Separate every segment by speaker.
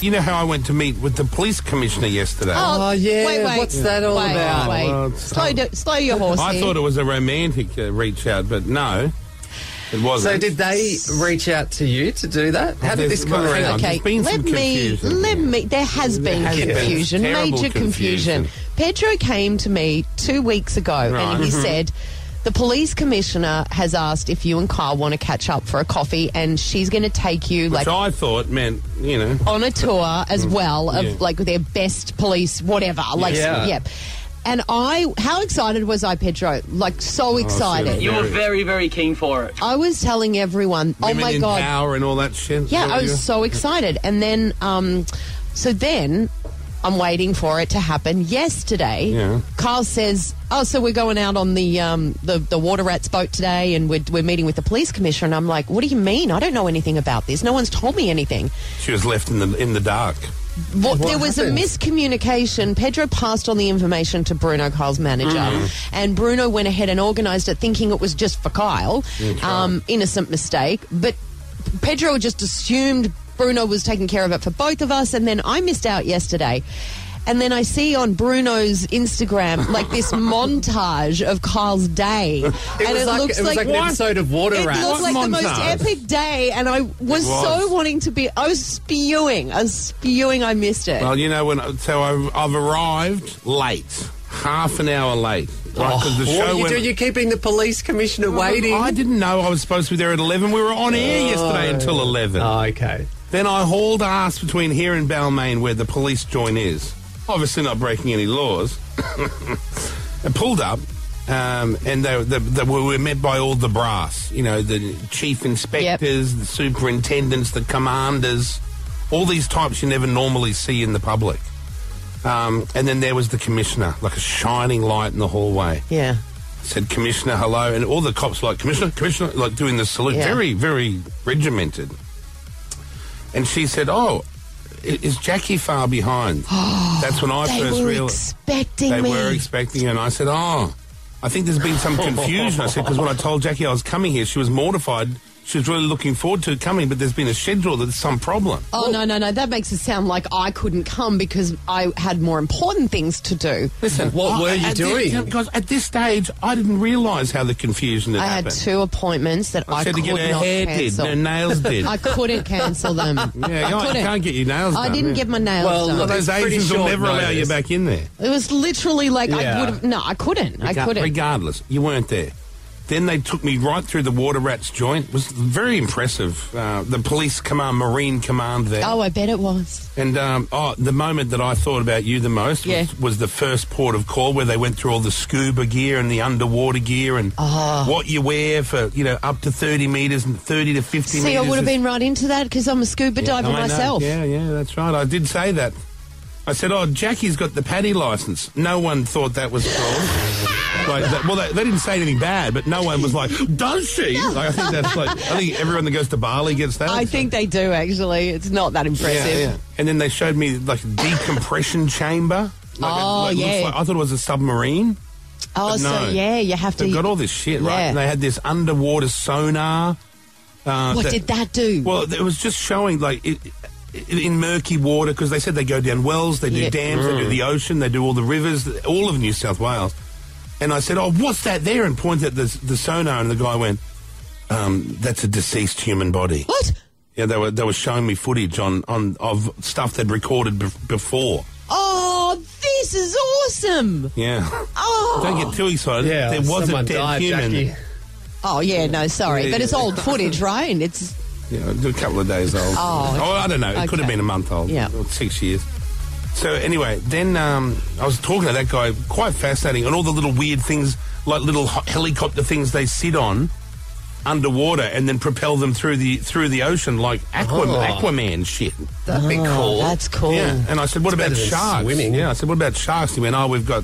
Speaker 1: you know how I went to meet with the police commissioner yesterday?
Speaker 2: Oh, yeah,
Speaker 3: Wait, wait,
Speaker 2: what's that all
Speaker 3: wait,
Speaker 2: about?
Speaker 3: Wait.
Speaker 1: Well, it's
Speaker 3: slow, do, slow your horse.
Speaker 1: I
Speaker 3: here.
Speaker 1: thought it was a romantic uh, reach out, but no, it wasn't.
Speaker 2: So did they reach out to you to do that? How did this come
Speaker 1: Well, hang on.
Speaker 2: around?
Speaker 3: Okay,
Speaker 1: There's been
Speaker 3: let
Speaker 1: some
Speaker 3: me
Speaker 1: confusion.
Speaker 3: let me. There has been
Speaker 1: has been
Speaker 3: confusion,
Speaker 1: terrible
Speaker 3: major
Speaker 1: confusion.
Speaker 3: confusion. Pedro came to me two weeks ago,
Speaker 1: Right.
Speaker 3: and he
Speaker 1: Mhm.
Speaker 3: said. The police commissioner has asked if you and Kyle want to catch up for a coffee, and she's going to take you
Speaker 1: Which
Speaker 3: like
Speaker 1: I thought meant, you know,
Speaker 3: on a tour as well of
Speaker 1: Yeah.
Speaker 3: like their best police whatever like
Speaker 2: Yeah.
Speaker 3: yeah. and i how excited was i pedro like so excited
Speaker 1: Oh, seriously.
Speaker 4: You were very, very keen for it.
Speaker 3: i was telling everyone oh
Speaker 1: women
Speaker 3: my
Speaker 1: in
Speaker 3: god
Speaker 1: power and all that shit.
Speaker 3: yeah i
Speaker 1: What you-
Speaker 3: was so excited and then um so then i'm waiting for it to happen yesterday
Speaker 1: Yeah.
Speaker 3: kyle says oh so we're going out on the um the, the water rats boat today and we're, we're meeting with the police commissioner and i'm like what do you mean i don't know anything about this no one's told me anything
Speaker 1: She was left in the in the dark.
Speaker 3: What,
Speaker 2: What
Speaker 3: there was
Speaker 2: happened?
Speaker 3: a miscommunication. Pedro passed on the information to Bruno, Kyle's manager,
Speaker 2: Mm.
Speaker 3: and Bruno went ahead and organised it, thinking it was just for Kyle. Um, innocent mistake, but Pedro just assumed Bruno was taking care of it for both of us, and then I missed out yesterday. And then I see on Bruno's Instagram like this montage of Kyle's day,
Speaker 2: It
Speaker 3: and
Speaker 2: was
Speaker 3: it
Speaker 2: like-
Speaker 3: looks
Speaker 2: it was
Speaker 3: like,
Speaker 2: like an episode of Water
Speaker 3: it
Speaker 2: Rats.
Speaker 3: looked like the most
Speaker 1: Montage.
Speaker 3: epic day, and I was,
Speaker 1: was.
Speaker 3: so wanting to be. I was spewing. I was spewing. I missed it.
Speaker 1: Well, you know when. So I've, I've arrived late, half an hour late. Right, 'cause the
Speaker 2: Oh, What
Speaker 1: show
Speaker 2: are you
Speaker 1: went-
Speaker 2: doing? You're keeping the police commissioner waiting.
Speaker 1: I didn't know I was supposed to be there at eleven. We were on air yesterday until eleven.
Speaker 2: Oh, okay.
Speaker 1: Then I hauled ass between here and Balmain where the police join is. Obviously not breaking any laws. I pulled up um, and they, they, they were, were met by all the brass. You know, the chief inspectors, the superintendents, the commanders, all these types you never normally see in the public. Um, and then there was the commissioner, like a shining light in the hallway.
Speaker 3: Yeah.
Speaker 1: Said, Commissioner, hello. And all the cops like, Commissioner, Commissioner, like doing the salute.
Speaker 3: Yeah.
Speaker 1: Very, very regimented. And she said, Oh, i- is Jackie far behind? That's when I
Speaker 3: They
Speaker 1: first
Speaker 3: were
Speaker 1: realized.
Speaker 3: expecting
Speaker 1: They
Speaker 3: me.
Speaker 1: were expecting her. And I said, Oh, I think there's been some confusion. I said, Because when I told Jackie I was coming here, she was mortified. She was really looking forward to coming, but there's been a schedule that's some problem.
Speaker 3: oh no no no! That makes it sound like I couldn't come because I had more important things to do.
Speaker 1: Listen,
Speaker 2: What were you
Speaker 1: at
Speaker 2: doing?
Speaker 1: This, because at this stage, I didn't realise how the confusion had
Speaker 3: I had
Speaker 1: happened.
Speaker 3: two appointments that I,
Speaker 1: I said
Speaker 3: could
Speaker 1: to get her
Speaker 3: not
Speaker 1: hair
Speaker 3: cancel.
Speaker 1: did, her nails did.
Speaker 3: I couldn't cancel them.
Speaker 1: Yeah,
Speaker 3: I
Speaker 1: you
Speaker 3: couldn't.
Speaker 1: can't get your nails
Speaker 3: I
Speaker 1: done,
Speaker 3: didn't
Speaker 1: yeah.
Speaker 3: get my nails
Speaker 2: Well,
Speaker 3: done.
Speaker 2: look,
Speaker 1: Those
Speaker 2: It's pretty
Speaker 1: Asians will
Speaker 2: short
Speaker 1: never allow you
Speaker 2: notice.
Speaker 1: back in there.
Speaker 3: it was literally like
Speaker 2: Yeah.
Speaker 3: I would have. No, I couldn't. I
Speaker 1: Rega-
Speaker 3: couldn't.
Speaker 1: Regardless, you weren't there. Then they took me right through the water rats joint. It was very impressive. Uh, the police command, marine command there.
Speaker 3: oh, I bet it was.
Speaker 1: And um, oh, the moment that I thought about you the most
Speaker 3: Yeah.
Speaker 1: was, was the first port of call where they went through all the scuba gear and the underwater gear and
Speaker 3: Uh-huh.
Speaker 1: what you wear for, you know, up to 30 metres and 30 to 50
Speaker 3: See,
Speaker 1: metres.
Speaker 3: I would have
Speaker 1: is-
Speaker 3: been right into that because I'm a scuba diver
Speaker 1: I know.
Speaker 3: myself.
Speaker 1: Yeah, yeah, that's right. I did say that. I said, "Oh, Jackie's got the paddy license." No one thought that was fraud. like, that, well, they, they didn't say anything bad, but no one was like, "Does she?" Like, I think that's like, I think everyone that goes to Bali gets that.
Speaker 3: I think they do actually. It's not that
Speaker 1: Yeah,
Speaker 3: impressive.
Speaker 1: yeah. And then they showed me like a decompression chamber. Like, it,
Speaker 3: Oh,
Speaker 1: like, looks
Speaker 3: yeah.
Speaker 1: like- I thought it was a submarine.
Speaker 3: Oh,
Speaker 1: But no.
Speaker 3: so yeah, you have to.
Speaker 1: They've got all this shit, right?
Speaker 3: Yeah.
Speaker 1: And they had this underwater sonar. Uh,
Speaker 3: what
Speaker 1: that-
Speaker 3: did that do?
Speaker 1: Well, it was just showing like it, it, in murky water because they said they go down wells, they do
Speaker 3: Yeah.
Speaker 1: dams, they do the ocean, they do all the rivers, th- all of New South Wales. And I said, "Oh, what's that there?" And pointed at the, the sonar, and the guy went, um, "That's a deceased human body."
Speaker 3: what?
Speaker 1: Yeah, they were they were showing me footage on, on of stuff they'd recorded be- before.
Speaker 3: Oh, this is awesome.
Speaker 1: Yeah,
Speaker 3: Oh,
Speaker 1: don't get too excited.
Speaker 2: Yeah,
Speaker 1: there was a
Speaker 2: someone
Speaker 1: dead
Speaker 2: died,
Speaker 1: human.
Speaker 2: Jackie.
Speaker 3: oh yeah. No, sorry,
Speaker 1: Yeah,
Speaker 3: but it's
Speaker 1: yeah.
Speaker 3: old footage, right? It's
Speaker 1: Yeah, a couple of days old.
Speaker 3: Oh, okay.
Speaker 1: I don't know. It could have
Speaker 3: Okay.
Speaker 1: been a month old.
Speaker 3: Yeah.
Speaker 1: Or six years. So anyway, then um, I was talking to that guy, quite fascinating, and all the little weird things, like little ho- helicopter things they sit on underwater and then propel them through the through the ocean like Aquaman, Aquaman shit.
Speaker 2: That'd
Speaker 1: Oh,
Speaker 2: be cool.
Speaker 3: Oh, that's Oh. cool.
Speaker 1: Yeah. And I said, what about
Speaker 2: better than
Speaker 1: sharks?
Speaker 2: swimming.
Speaker 1: Yeah. I said, what about sharks? He went, oh, we've got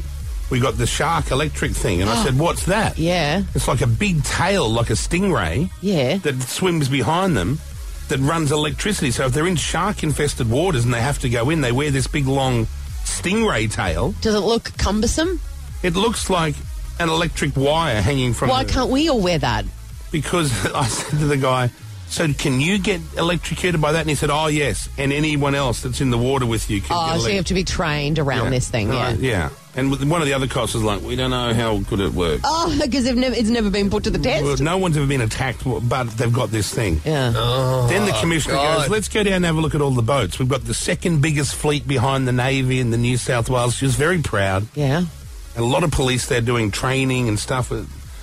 Speaker 1: we got the shark electric thing, and I said, what's that?
Speaker 3: Oh. Yeah.
Speaker 1: It's like a big tail, like a stingray.
Speaker 3: Yeah.
Speaker 1: That swims behind them, that runs electricity. So if they're in shark infested waters and they have to go in, they wear this big long stingray tail.
Speaker 3: Does it look cumbersome?
Speaker 1: It looks like an electric wire hanging from.
Speaker 3: Why
Speaker 1: the-
Speaker 3: can't we all wear that?
Speaker 1: Because I said to the guy, So can you get electrocuted by that? And he said, "Oh yes." And anyone else that's in the water with you can.
Speaker 3: Oh,
Speaker 1: get
Speaker 3: so you have to be trained around
Speaker 1: Yeah.
Speaker 3: this thing, yeah.
Speaker 1: Right, yeah. And with- one of the other cops was like, "We don't know how good it works.
Speaker 3: Oh, because never, it's never been put to the test.
Speaker 1: Well, no one's ever been attacked, w- but they've got this thing."
Speaker 3: yeah.
Speaker 2: Uh,
Speaker 1: Then the commissioner
Speaker 2: God.
Speaker 1: goes, let's go down and have a look at all the boats. We've got the second biggest fleet behind the Navy in the New South Wales. She was very proud.
Speaker 3: yeah.
Speaker 1: A lot of police there doing training and stuff.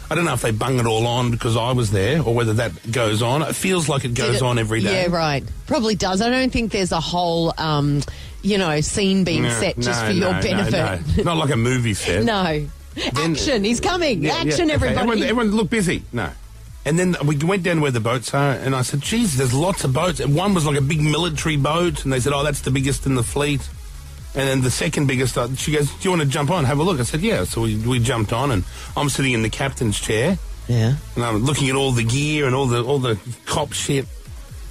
Speaker 1: I don't know if they bung it all on because I was there or whether that goes on. It feels like it goes
Speaker 3: Did it-
Speaker 1: on every day.
Speaker 3: Yeah, right. Probably does. I don't think there's a whole, um, you know, scene being
Speaker 1: No,
Speaker 3: set just
Speaker 1: no,
Speaker 3: for your
Speaker 1: no, no,
Speaker 3: benefit.
Speaker 1: no. Not like a movie set.
Speaker 3: No. Action. He's coming.
Speaker 1: Yeah, yeah,
Speaker 3: Action,
Speaker 1: okay.
Speaker 3: everybody.
Speaker 1: Everyone, everyone look busy. No. And then we went down where the boats are, and I said, "Geez, there's lots of boats." And one was like a big military boat, and they said, "Oh, that's the biggest in the fleet." And then the second biggest, uh, she goes, "Do you want to jump on? Have a look." I said, "Yeah." So we, we jumped on, and I'm sitting in the captain's chair,
Speaker 3: yeah.
Speaker 1: and I'm looking at all the gear and all the all the cop shit.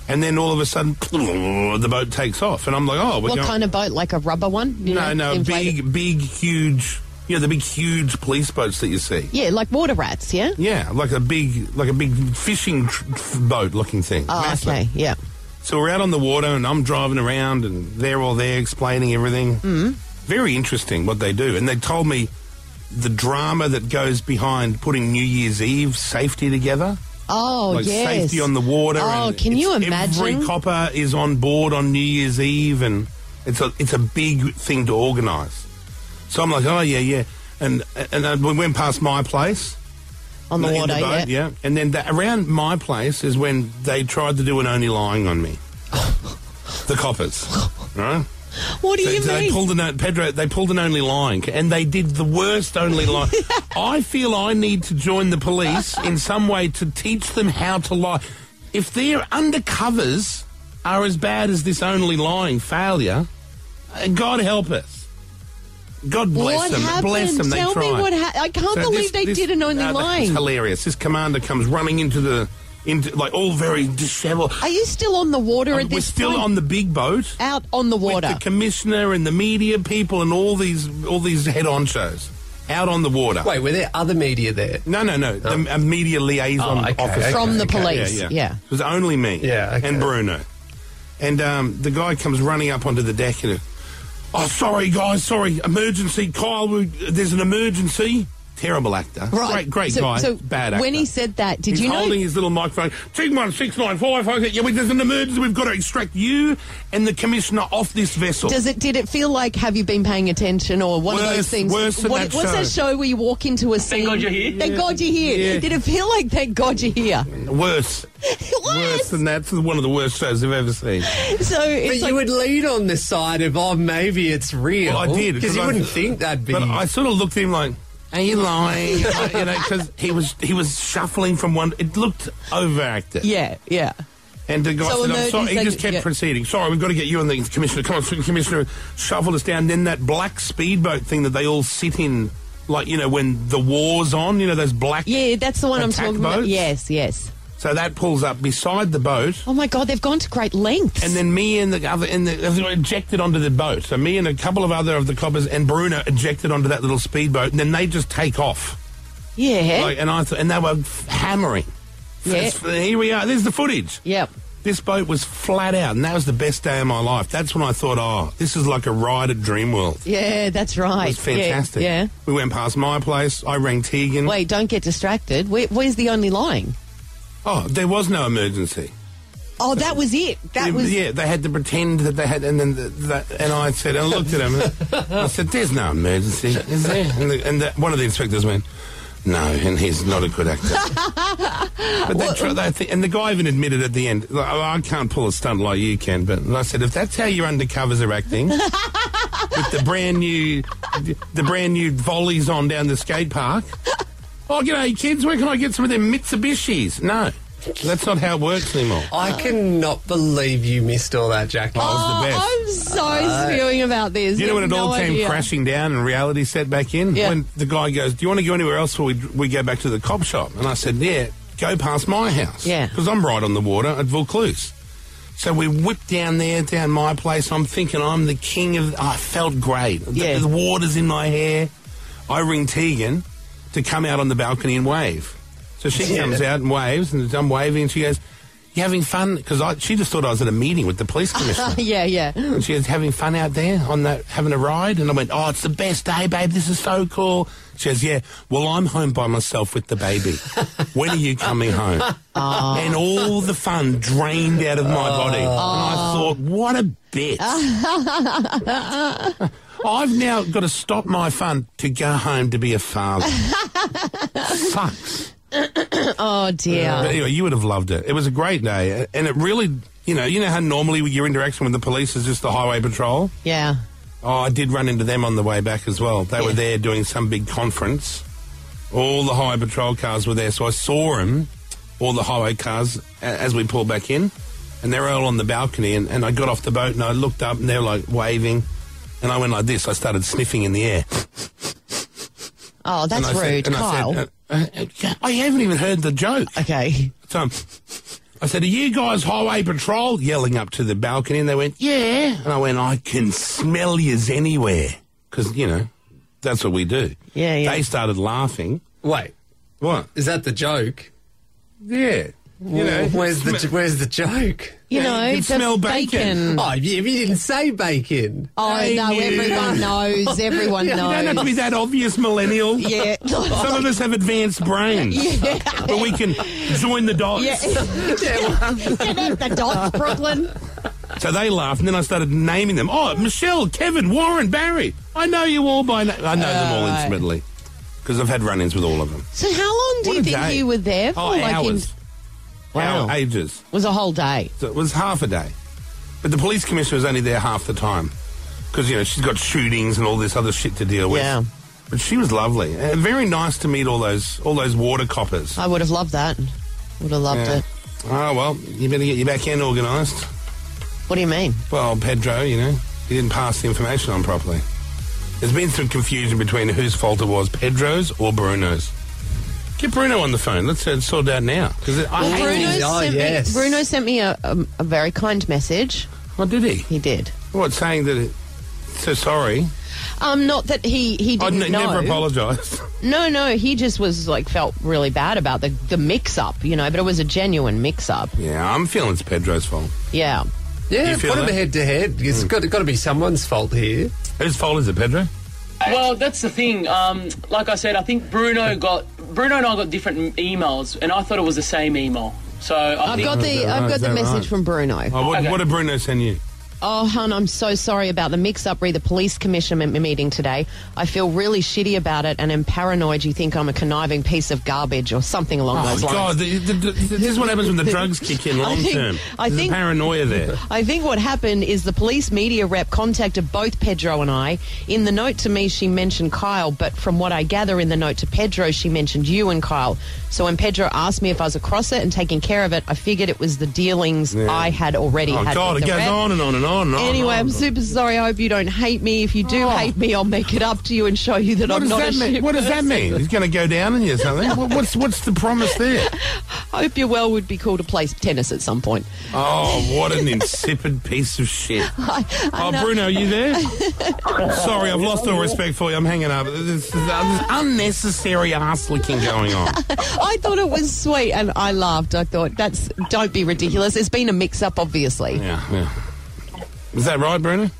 Speaker 1: And then all of a sudden, the boat takes off, and I'm like, "Oh, we're
Speaker 3: What
Speaker 1: going."
Speaker 3: kind of boat? Like a rubber one? You
Speaker 1: no, no,
Speaker 3: know, inflated-
Speaker 1: big, big, huge. You know, the big, huge police boats that you see.
Speaker 3: Yeah, like water rats, yeah?
Speaker 1: Yeah, like a big, like a big fishing tr- tr- boat-looking thing.
Speaker 3: Oh,
Speaker 1: Massive.
Speaker 3: okay, yeah.
Speaker 1: So we're out on the water, and I'm driving around, and they're all there explaining everything. Mm. Very interesting what they do, and they told me the drama that goes behind putting New Year's Eve safety together.
Speaker 3: Oh,
Speaker 1: like
Speaker 3: yes.
Speaker 1: safety on the water.
Speaker 3: Oh,
Speaker 1: and
Speaker 3: can you
Speaker 1: it's- Every
Speaker 3: imagine?
Speaker 1: copper is on board on New Year's Eve, and it's a it's a big thing to organise. So I'm like, oh yeah, yeah, and and uh, we went past my place
Speaker 3: on the
Speaker 1: in
Speaker 3: water,
Speaker 1: boat,
Speaker 3: yeah.
Speaker 1: And then the, around my place is when they tried to do an only lying on me. the coppers, right?
Speaker 3: What do
Speaker 1: They,
Speaker 3: you
Speaker 1: they
Speaker 3: mean?
Speaker 1: pulled an o- Pedro. They pulled an only lying, and they did the worst only lying. I feel I need to join the police in some way to teach them how to lie. If their undercovers are as bad as this only lying failure, uh, God help us. God bless
Speaker 3: what
Speaker 1: them.
Speaker 3: happened?
Speaker 1: Bless them.
Speaker 3: Tell
Speaker 1: they
Speaker 3: me
Speaker 1: tried.
Speaker 3: what happened. I can't
Speaker 1: So
Speaker 3: believe
Speaker 1: this-
Speaker 3: they
Speaker 1: this-
Speaker 3: did an only
Speaker 1: no, that- It's
Speaker 3: line.
Speaker 1: hilarious. This commander comes running into the into like all very disheveled.
Speaker 3: Are you still on the water at
Speaker 1: Um, We're
Speaker 3: this
Speaker 1: still
Speaker 3: point?
Speaker 1: on the big boat.
Speaker 3: Out on the water.
Speaker 1: With the commissioner and the media people and all these all these head on shows out on the water.
Speaker 2: Wait, were there other media there?
Speaker 1: No, no, no. The a media liaison
Speaker 2: Oh, okay,
Speaker 1: officer.
Speaker 2: okay,
Speaker 3: From the
Speaker 2: okay.
Speaker 3: police, yeah.
Speaker 1: It was only me.
Speaker 2: Yeah, okay.
Speaker 1: And Bruno. And um, the guy comes running up onto the deck and, oh, sorry, guys, sorry, emergency. Kyle, we, there's an emergency. Terrible actor. Great, great
Speaker 3: so,
Speaker 1: guy.
Speaker 3: So
Speaker 1: bad actor.
Speaker 3: When he said that, did
Speaker 1: He's
Speaker 3: you know?
Speaker 1: holding his little microphone. Two one six nine five. okay, Yeah, we- there's an emergency. We've got to extract you and the commissioner off this vessel.
Speaker 3: does it did it feel like have you been paying attention or one of
Speaker 1: Worse-
Speaker 3: those things?
Speaker 1: worse than that
Speaker 3: what's that show where you walk into a scene?
Speaker 4: God you're here.
Speaker 3: Thank God you're here.
Speaker 1: Yeah.
Speaker 3: Did it feel like thank God you're here?
Speaker 1: worse, worse
Speaker 3: Worse.
Speaker 1: than that. It's one of the worst shows I've ever seen.
Speaker 3: So
Speaker 2: But
Speaker 3: it's
Speaker 2: you
Speaker 3: like
Speaker 2: would lead on the side of, oh, maybe it's real.
Speaker 1: Well, I did
Speaker 2: Because you
Speaker 1: I-
Speaker 2: wouldn't think that'd be.
Speaker 1: But I sort of looked at him like, "Are you lying?" you know, because he was he was shuffling from one. It looked overacted.
Speaker 3: yeah, yeah.
Speaker 1: And the guy
Speaker 3: So
Speaker 1: said, I'm
Speaker 3: emergency-
Speaker 1: sorry. He just kept
Speaker 3: yeah.
Speaker 1: proceeding. Sorry, we've got to get you and the commissioner. Come on, commissioner. Shuffled us down. Then that black speedboat thing that they all sit in, like you know, when the war's on. You know those black.
Speaker 3: Yeah, that's the one I'm
Speaker 1: Attack
Speaker 3: talking about.
Speaker 1: boats?
Speaker 3: Yes, yes.
Speaker 1: So that pulls up beside the boat.
Speaker 3: Oh my God, they've gone to great lengths.
Speaker 1: And then me and the other, and the, were ejected onto the boat. So me and a couple of other of the coppers and Bruno ejected onto that little speedboat, and then they just take off.
Speaker 3: yeah,
Speaker 1: Like, and I thought, and they were f- hammering.
Speaker 3: Yeah.
Speaker 1: F- Here we are. There's the footage.
Speaker 3: yep.
Speaker 1: This boat was flat out, and that was the best day of my life. That's when I thought, oh, this is like a ride at Dreamworld.
Speaker 3: Yeah, that's right.
Speaker 1: It was fantastic.
Speaker 3: Yeah. yeah.
Speaker 1: We went past my place. I rang Tegan.
Speaker 3: Wait, don't get distracted. Where, where's the only lying?
Speaker 1: Oh, there was no emergency.
Speaker 3: Oh, that was it. That
Speaker 1: Yeah,
Speaker 3: was
Speaker 1: yeah. They had to pretend that they had, and then the, the, and I said, I looked at him. I said, "There's no emergency, is there?" And, the, and the, one of the inspectors went, "No," and he's not a good actor. but they try, they thi- and the guy even admitted at the end, like, "Oh, "I can't pull a stunt like you can." But and I said, "If that's how your undercovers are acting." With the brand new, the brand new volleys on down the skate park. Oh, g'day, kids. Where can I get some of them Mitsubishis? No, that's not how it works anymore.
Speaker 2: I cannot believe you missed all that, Jack.
Speaker 1: was the
Speaker 3: Oh,
Speaker 1: best.
Speaker 3: I'm so spewing about this.
Speaker 1: You know
Speaker 3: You
Speaker 1: when it
Speaker 3: have
Speaker 1: all
Speaker 3: no
Speaker 1: came
Speaker 3: idea.
Speaker 1: crashing down and reality set back in?
Speaker 3: Yeah.
Speaker 1: When the guy goes, Do you want to go anywhere else or we, we go back to the cop shop? And I said, Yeah, go past my house.
Speaker 3: Yeah.
Speaker 1: Because I'm right on the water at Vaucluse. So we whipped down there, down my place. I'm thinking I'm the king of. I felt great. The-
Speaker 3: Yeah.
Speaker 1: The, water's in my hair. I ring Tegan to come out on the balcony and wave. So she comes out and waves, and I'm waving, and she goes, You having fun? Because she just thought I was at a meeting with the police commissioner.
Speaker 3: yeah, yeah.
Speaker 1: and she was having fun out there on that, having a ride. And I went, oh, it's the best day, babe. This is so cool. She goes, yeah. Well, I'm home by myself with the baby. when are you coming home? And all the fun drained out of my body. And I thought, what a bitch. I've now got to stop my fun to go home to be a father. Fucks.
Speaker 3: Oh
Speaker 1: But
Speaker 3: dear.
Speaker 1: anyway, you would have loved it. It was a great day, and it really, you know, you know how normally your interaction with the police is just the highway patrol.
Speaker 3: Yeah.
Speaker 1: Oh, I did run into them on the way back as well. They were
Speaker 3: Yeah.
Speaker 1: there doing some big conference. All the highway patrol cars were there, so I saw them, all the highway cars, a- as we pulled back in, and they're all on the balcony. And, and I got off the boat and I looked up and they were like waving, and I went like this. I started sniffing in the air.
Speaker 3: Oh,
Speaker 1: And
Speaker 3: that's
Speaker 1: I said-
Speaker 3: rude,
Speaker 1: and I
Speaker 3: Kyle.
Speaker 1: said, uh, uh, I haven't even heard the joke.
Speaker 3: okay.
Speaker 1: So um, I said, Are you guys highway patrol? Yelling up to the balcony. And they went, Yeah. And I went, I can smell yous anywhere. Because, you know, that's what we do.
Speaker 3: Yeah, yeah.
Speaker 1: They started laughing.
Speaker 2: Wait,
Speaker 1: What?
Speaker 2: is that the joke?
Speaker 1: Yeah. You know,
Speaker 2: where's the where's the joke?
Speaker 3: You
Speaker 1: Yeah, you
Speaker 3: know,
Speaker 1: can
Speaker 3: the
Speaker 1: smell bacon.
Speaker 3: bacon.
Speaker 2: Oh, yeah, but you didn't say bacon.
Speaker 3: Oh,
Speaker 1: Hey,
Speaker 3: no,
Speaker 1: you.
Speaker 3: everyone knows. Everyone
Speaker 1: you don't Oh, have to be
Speaker 3: knows.
Speaker 1: that obvious, millennial.
Speaker 3: Yeah.
Speaker 1: Some of us have advanced brains.
Speaker 3: Yeah.
Speaker 1: But we can join the dots.
Speaker 3: Yeah. Connect the dots, Brooklyn.
Speaker 1: So they laughed, and then I started naming them. Oh, Michelle, Kevin, Warren, Barry. I know you all by name. I know them all
Speaker 3: Alright.
Speaker 1: intimately because I've had run-ins with all of them.
Speaker 3: So, how long do
Speaker 1: What
Speaker 3: you
Speaker 1: a
Speaker 3: think
Speaker 1: day.
Speaker 3: you were there for?
Speaker 1: Oh,
Speaker 3: in-
Speaker 1: hours.
Speaker 3: Wow.
Speaker 1: Hour- ages.
Speaker 3: was a whole day.
Speaker 1: So it was half a day. But the police commissioner was only there half the time because, you know, she's got shootings and all this other shit to deal with.
Speaker 3: Yeah.
Speaker 1: But she was lovely. And very nice to meet all those all those water coppers.
Speaker 3: I would have loved that. Would have loved
Speaker 1: Yeah.
Speaker 3: it.
Speaker 1: Oh, well, you better get your back end organised.
Speaker 3: What do you mean?
Speaker 1: Well, Pedro, you know, he didn't pass the information on properly. There's been some confusion between whose fault it was, Pedro's or Bruno's. Get Bruno on the phone. Let's uh, sort it out now. Because I
Speaker 3: Well,
Speaker 1: hate
Speaker 3: Bruno,
Speaker 1: these-
Speaker 2: Oh,
Speaker 3: sent
Speaker 2: yes.
Speaker 3: me, Bruno sent me a, a, a very kind message.
Speaker 1: What did he?
Speaker 3: He did.
Speaker 1: What, saying that it, so sorry?
Speaker 3: Um, not that he he
Speaker 1: I
Speaker 3: didn't
Speaker 1: n-
Speaker 3: know.
Speaker 1: never apologised.
Speaker 3: No, no, he just was like felt really bad about the the mix up, you know. But it was a genuine mix up.
Speaker 1: yeah, I'm feeling it's Pedro's fault.
Speaker 3: Yeah.
Speaker 2: Yeah,
Speaker 1: You feel
Speaker 2: put them
Speaker 1: that? Mm.
Speaker 2: head to head. It's got, got to be someone's fault here.
Speaker 1: Whose fault is it, Pedro?
Speaker 4: Well, that's the thing. Um, like I said, I think Bruno got Bruno and I got different m- emails, and I thought it was the same email. So I
Speaker 3: I've
Speaker 4: think
Speaker 3: got the
Speaker 1: that right?
Speaker 3: I've got
Speaker 1: Is
Speaker 3: the
Speaker 1: that
Speaker 3: message
Speaker 1: right?
Speaker 3: from Bruno.
Speaker 1: Oh, what,
Speaker 4: Okay.
Speaker 1: what did Bruno send you?
Speaker 3: Oh, hun, I'm so sorry about the mix up re the police commission m- meeting today. I feel really shitty about it and am paranoid you think I'm a conniving piece of garbage or something along
Speaker 1: Oh,
Speaker 3: those lines.
Speaker 1: God, the, the, the, this is what happens when the drugs kick in
Speaker 3: I
Speaker 1: long
Speaker 3: think-
Speaker 1: term.
Speaker 3: I
Speaker 1: There's
Speaker 3: think-
Speaker 1: paranoia there.
Speaker 3: I think what happened is the police media rep contacted both Pedro and I. In the note to me, she mentioned Kyle, but from what I gather in the note to Pedro, she mentioned you and Kyle. So when Pedro asked me if I was across it and taking care of it, I figured it was the dealings
Speaker 1: Yeah.
Speaker 3: I had already
Speaker 1: Oh,
Speaker 3: had.
Speaker 1: God,
Speaker 3: with
Speaker 1: it
Speaker 3: the
Speaker 1: goes
Speaker 3: rep.
Speaker 1: on and on and on and on.
Speaker 3: Anyway,
Speaker 1: and
Speaker 3: I'm
Speaker 1: on.
Speaker 3: super sorry. I hope you don't hate me. If you do hate me, I'll make it up to you and show you that
Speaker 1: Oh. What
Speaker 3: I'm
Speaker 1: does
Speaker 3: not a
Speaker 1: that mean?
Speaker 3: shit
Speaker 1: What does that
Speaker 3: person.
Speaker 1: mean? He's going to go down on you or something? What- what's what's the promise there?
Speaker 3: Hope you're well would be cool to play tennis at some point.
Speaker 1: Oh, what an insipid piece of shit!
Speaker 3: I, I
Speaker 1: Oh,
Speaker 3: know-
Speaker 1: Bruno, are you there? Sorry, I've lost all respect for you. I'm hanging up. There's, there's unnecessary ass licking going on.
Speaker 3: I thought it was sweet and I laughed. I thought, that's don't be ridiculous. It's been a mix up, obviously.
Speaker 1: Yeah, yeah. Is that right, Bruno?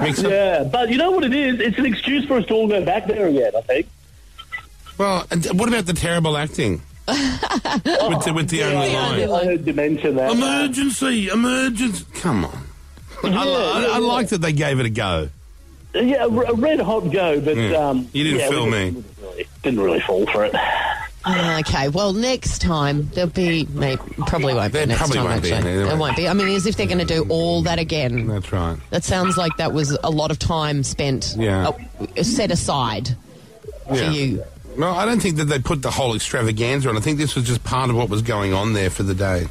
Speaker 1: Mix up.
Speaker 5: Yeah, but you know what it is? It's an excuse for us to all go back there again, I think.
Speaker 1: Well, and what about the terrible acting with the, with the only
Speaker 3: only
Speaker 1: line?
Speaker 5: I heard you mention that.
Speaker 1: Emergency! Emergency! Come on. I, li- I, I like that they gave it a go.
Speaker 5: yeah, a a red hot go, but.
Speaker 1: Yeah.
Speaker 5: Um,
Speaker 1: Hmm. You didn't
Speaker 5: yeah,
Speaker 1: feel
Speaker 5: we
Speaker 1: me.
Speaker 5: Didn't really, didn't really fall for it.
Speaker 3: Ah, Okay, well, next time there'll be maybe probably won't be
Speaker 1: There
Speaker 3: next
Speaker 1: probably
Speaker 3: time.
Speaker 1: won't be,
Speaker 3: actually,
Speaker 1: there
Speaker 3: there
Speaker 1: won't
Speaker 3: won't be. I mean, as if they're going to do all that again.
Speaker 1: That's right.
Speaker 3: That sounds like that was a lot of time spent
Speaker 1: Yeah.
Speaker 3: uh, set aside
Speaker 1: Yeah.
Speaker 3: for you.
Speaker 1: No, I don't think that they put the whole extravaganza on. I think this was just part of what was going on there for the day.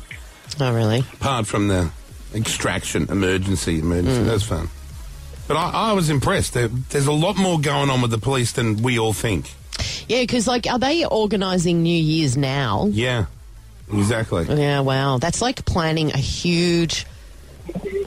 Speaker 3: Oh, really?
Speaker 1: Apart from the extraction, emergency, emergency.
Speaker 3: Hmm.
Speaker 1: That's fun. But I, I was impressed. There, there's a lot more going on with the police than we all think.
Speaker 3: Yeah, because like, are they organising New Year's now?
Speaker 1: Yeah, exactly.
Speaker 3: Yeah, wow, that's like planning a huge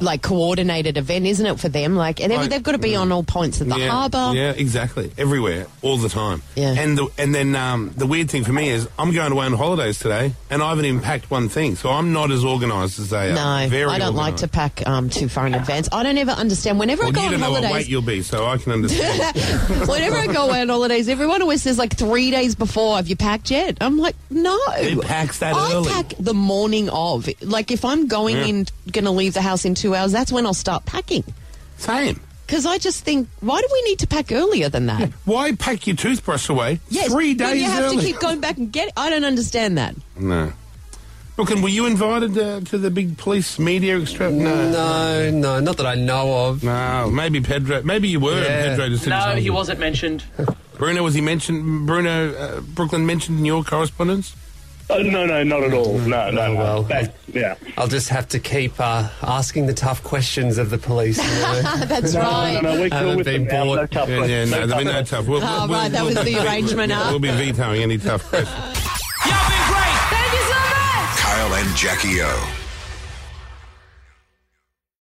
Speaker 3: like coordinated event, isn't it, for them? Like, and every,
Speaker 1: Like,
Speaker 3: they've got to be on all points at the
Speaker 1: yeah,
Speaker 3: harbour.
Speaker 1: Yeah, exactly. Everywhere, all the time.
Speaker 3: Yeah.
Speaker 1: And the, and then um, the weird thing for me is I'm going away on holidays today, and I haven't even packed one thing, so I'm not as organised as they are.
Speaker 3: No,
Speaker 1: Very
Speaker 3: I don't like to
Speaker 1: organised.
Speaker 3: pack um, too far in advance. I don't ever understand. Whenever I
Speaker 1: Well,
Speaker 3: go
Speaker 1: you
Speaker 3: on
Speaker 1: don't know what weight
Speaker 3: holidays,
Speaker 1: you'll be, so I can understand.
Speaker 3: whenever I go on holidays, everyone always says like three days before, have you packed yet? I'm like, no.
Speaker 1: Who packs that
Speaker 3: I
Speaker 1: early?
Speaker 3: pack the morning of. Like if I'm going
Speaker 1: Yeah.
Speaker 3: in, going to leave the house in two hours, that's when I'll start packing.
Speaker 1: Same.
Speaker 3: Because I just think, why do we need to pack earlier than that?
Speaker 1: Why pack your toothbrush away
Speaker 3: Yes,
Speaker 1: three days
Speaker 3: when you have
Speaker 1: early?
Speaker 3: to keep going back and get it. I don't understand that.
Speaker 1: no. Look, and were you invited uh, to the big police media extra? No.
Speaker 2: No, no, not that I know of.
Speaker 1: No, maybe Pedro. Maybe you were.
Speaker 2: Yeah.
Speaker 1: And Pedro just didn't
Speaker 4: No,
Speaker 1: tell
Speaker 4: he
Speaker 1: you.
Speaker 4: wasn't mentioned.
Speaker 1: Bruno, was he mentioned? Bruno uh, Brooklyn mentioned in your correspondence.
Speaker 5: Uh, no, no, not at all. No, no,
Speaker 2: Oh,
Speaker 5: no.
Speaker 2: well.
Speaker 5: That- yeah.
Speaker 2: I'll just have to keep uh, asking the tough questions of the police. you know.
Speaker 3: That's right.
Speaker 5: No, no, no, we're cool
Speaker 2: Haven't
Speaker 5: with
Speaker 2: been
Speaker 5: them now.
Speaker 2: bored.
Speaker 5: No tough
Speaker 1: Yeah, yeah,
Speaker 5: questions.
Speaker 1: no, there'll be no
Speaker 5: tough
Speaker 1: tough. We'll,
Speaker 3: Oh, right, that was the arrangement, huh?
Speaker 1: We'll be vetoing any tough questions.
Speaker 6: Kyle and Jackie O.